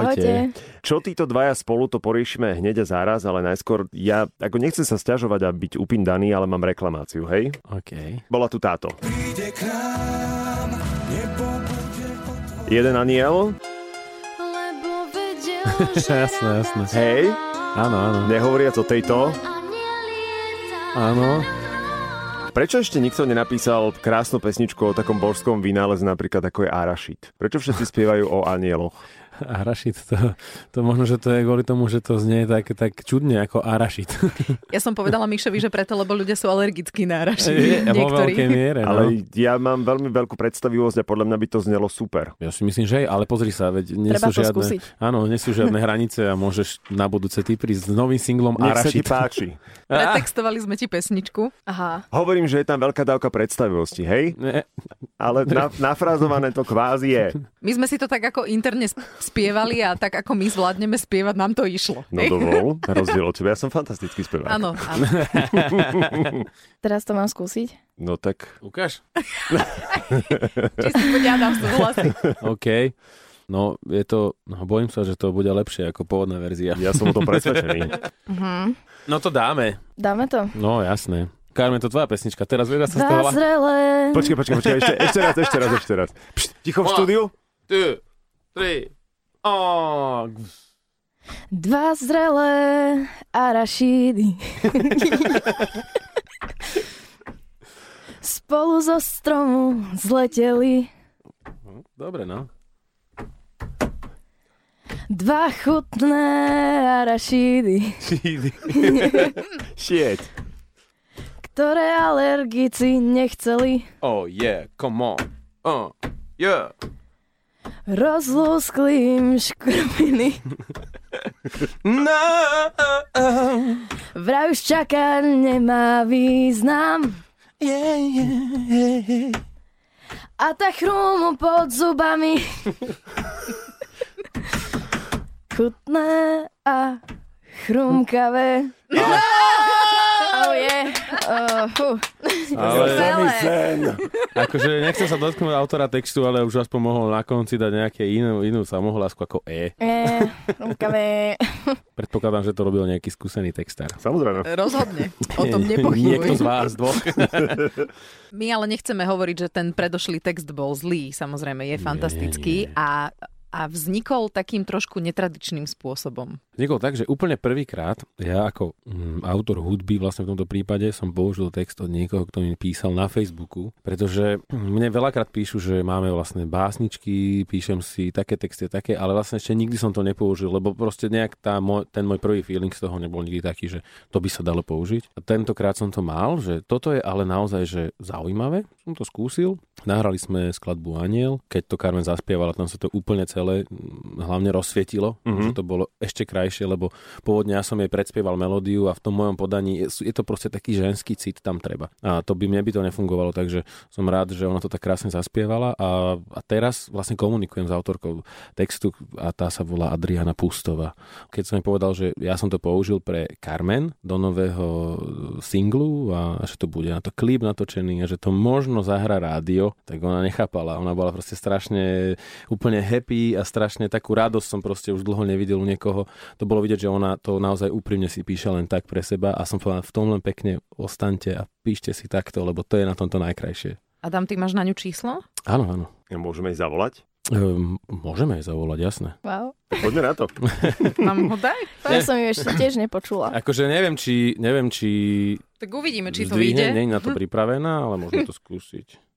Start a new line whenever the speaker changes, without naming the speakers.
Ahojte.
Ahojte.
Čo títo dvaja spolu, to poriešime hneď a záraz, ale najskôr ja ako nechcem sa sťažovať a byť upindaný, ale mám reklamáciu, hej?
OK.
Bola tu táto. Jeden aniel,
Lebo vedel, že
Jasné, jasné.
hej,
Áno, áno.
nehovoriac o tejto.
aniel lieta.
Áno.
Prečo ešte nikto nenapísal krásnu pesničku o takom božskom vynálezu napríklad ako je Arašid? Prečo všetci spievajú o anieloch?
A Arašid, to, to možno, že to je kvôli tomu, že to znie tak, tak čudne ako Arašid.
Ja som povedala Mikšovi, že preto, lebo ľudia sú alergickí na rašiny.
Vo veľkej
Niektorí.
miere. No.
Ale ja mám veľmi veľkú predstavivosť a podľa mňa by to znelo super.
Ja si myslím, že aj, ale pozri sa, veď nie
Treba
sú
to
žiadne,
skúsiť.
Áno, nie sú žiadne hranice a môžeš na budúce ty prísť s novým singlom
Nech sa ti
Arašid.
páči.
Pretextovali sme ti pesničku. Aha.
Hovorím, že je tam veľká dávka predstavivosti, hej?
Ne,
Ale na, nafrázované to kvázi je.
My sme si to tak ako interne sp- spievali a tak ako my zvládneme spievať, nám to išlo.
No dovol, na rozdiel od teba, ja som fantastický spevák.
Áno, áno.
Teraz to mám skúsiť?
No tak,
ukáž?
Či si poďadám súhlasí.
OK. No, je to, no, bojím sa, že to bude lepšie ako pôvodná verzia.
ja som o tom presvedčený.
No to dáme.
Dáme to?
No, jasné. Carmen, to tvoja pesnička, teraz veľa sa stala.
Dva zrelé.
Počkaj, počkaj, počkaj, ešte, ešte raz, ešte raz, ešte raz. Pšt, ticho v štúdiu?
Two, three, oh.
Dva zrelé arašídy. Spolu zo stromu zleteli
Dobre, no.
dva chutné arašídy,
Shit.
ktoré alergici nechceli.
Oh yeah, come on. Oh, yeah.
Rozlúskli im škrbiny.
No,
Vraj už čaká nemá význam.
yeah, yeah, yeah.
A tá chrumu pod zubami. Chutné a chrumkavé. Oh yeah. Oh, fú.
Ale
Celé.
akože nechcem sa dotknúť autora textu, ale už aspoň mohol na konci dať nejaké inú, inú samohlásku ako E.
Eh, chrumkavé.
Predpokladám, že to robil nejaký skúsený textár.
Samozrejme.
Rozhodne. O tom
Niekto z
nepochybuj.
vás dvoch.
My ale nechceme hovoriť, že ten predošlý text bol zlý. Samozrejme, je fantastický. A a vznikol takým trošku netradičným spôsobom.
Vznikol tak, že úplne prvýkrát ja ako mm, autor hudby vlastne v tomto prípade som použil text od niekoho, kto mi písal na Facebooku, pretože mne veľakrát píšu, že máme vlastne básničky, píšem si také texty, také, ale vlastne ešte nikdy som to nepoužil, lebo proste nejak tá môj, ten môj prvý feeling z toho nebol nikdy taký, že to by sa dalo použiť. A tentokrát som to mal, že toto je ale naozaj že zaujímavé, som to skúsil. Nahrali sme skladbu Aniel, keď to Carmen zaspievala, tam sa to úplne celé mm, hlavne rozsvietilo, mm-hmm. že to bolo ešte krajšie, lebo pôvodne ja som jej predspieval melódiu a v tom mojom podaní je, sú- je to proste taký ženský cit tam treba. A to by mne by to nefungovalo, takže som rád, že ona to tak krásne zaspievala a, a teraz vlastne komunikujem s autorkou textu a tá sa volá Adriana Pustova. Keď som jej povedal, že ja som to použil pre Carmen do nového e, singlu a že to bude na to klip natočený a že to možno zahra rádio, tak ona nechápala. Ona bola proste strašne úplne happy a strašne takú radosť som proste už dlho nevidel u niekoho. To bolo vidieť, že ona to naozaj úprimne si píše len tak pre seba a som povedal, v tom len pekne ostaňte a píšte si takto, lebo to je na tomto najkrajšie.
Adam, ty máš na ňu číslo?
Áno, áno.
Môžeme ich zavolať?
Ehm, môžeme jej zavolať, jasné.
Wow.
Tak Poďme na to.
Mám ho daj?
To ja som ju ešte tiež nepočula.
Akože neviem, či, neviem, či
Tak uvidíme, či to
Zdvihne,
vyjde.
Nie je na to pripravená, ale môžeme to skúsiť.